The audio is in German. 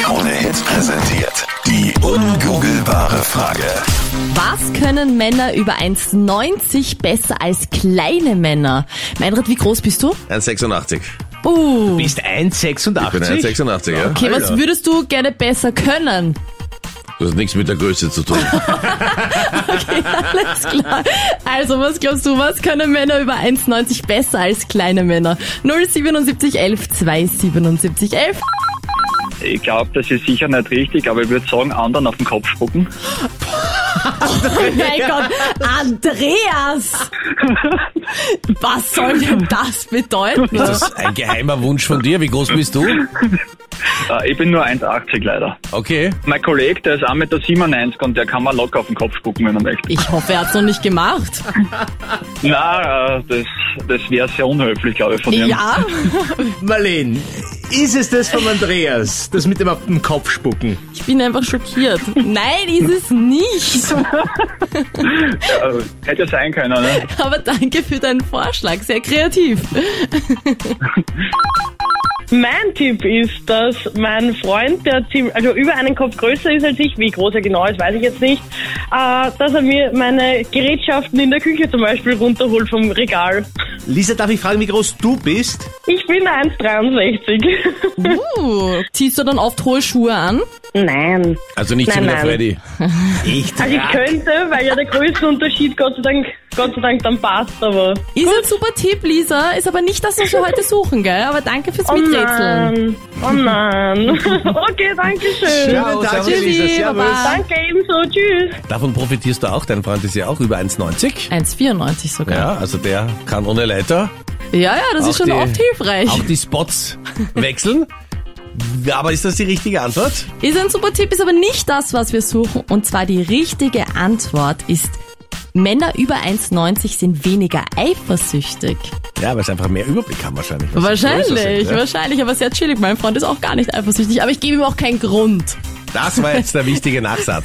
Krone Hits präsentiert. Die ungoogelbare Frage. Was können Männer über 1,90 besser als kleine Männer? Meinrad, wie groß bist du? 1,86. Uh, Bist Ich bin 1,86? 1,86, ja. okay, was würdest du gerne besser können? Das hat nichts mit der Größe zu tun. Alles klar. Also, was glaubst du, was können Männer über 1,90 besser als kleine Männer? 077 11 277 11. Ich glaube, das ist sicher nicht richtig, aber ich würde sagen, anderen auf den Kopf spucken. Oh mein Gott, Andreas! Was soll denn das bedeuten? Ist das ein geheimer Wunsch von dir? Wie groß bist du? Äh, ich bin nur 1,80 leider. Okay. Mein Kollege, der ist 1,97 Meter und der kann mir locker auf den Kopf spucken, wenn er möchte. Ich hoffe, er hat's noch nicht gemacht. Na, äh, das, das wäre sehr unhöflich, glaube ich, von ihm. Ja, Marleen, ist es das von Andreas? Das mit dem auf den Kopf spucken? ich bin einfach schockiert. Nein, ist es nicht. Äh, hätte ja sein können, ne? Aber danke für deinen Vorschlag, sehr kreativ. Mein Tipp ist, dass mein Freund, der ziemlich, also über einen Kopf größer ist als ich, wie groß er genau ist, weiß ich jetzt nicht, äh, dass er mir meine Gerätschaften in der Küche zum Beispiel runterholt vom Regal. Lisa, darf ich fragen, wie groß du bist? Ich bin 1,63. Uh, ziehst du dann oft hohe Schuhe an? Nein. Also nicht so Nein, wie der nein. Freddy. Ich Also ich könnte, weil ja der Größenunterschied Gott sei Dank, Gott sei Dank dann passt, aber... Ist ein super Tipp, Lisa. Ist aber nicht das, was wir heute suchen, gell? Aber danke fürs Oh Miträtseln. nein. Oh nein. Okay, danke schön. Ciao, danke, Tschüssi, Lisa. Servus. Baba. Danke ebenso. Tschüss. Davon profitierst du auch. Dein Freund ist ja auch über 1,90. 1,94 sogar. Ja, also der kann ohne Leiter Ja, ja, das Auch ist schon die- oft hilfreich. auch die Spots wechseln. Aber ist das die richtige Antwort? Ist ein super Tipp, ist aber nicht das, was wir suchen. Und zwar die richtige Antwort ist, Männer über 1,90 sind weniger eifersüchtig. Ja, weil es einfach mehr Überblick haben wahrscheinlich. weil sie größer Wahrscheinlich, sind, ja. wahrscheinlich, aber sehr chillig. Mein Freund ist auch gar nicht eifersüchtig, aber ich gebe ihm auch keinen Grund. Das war jetzt der wichtige Nachsatz.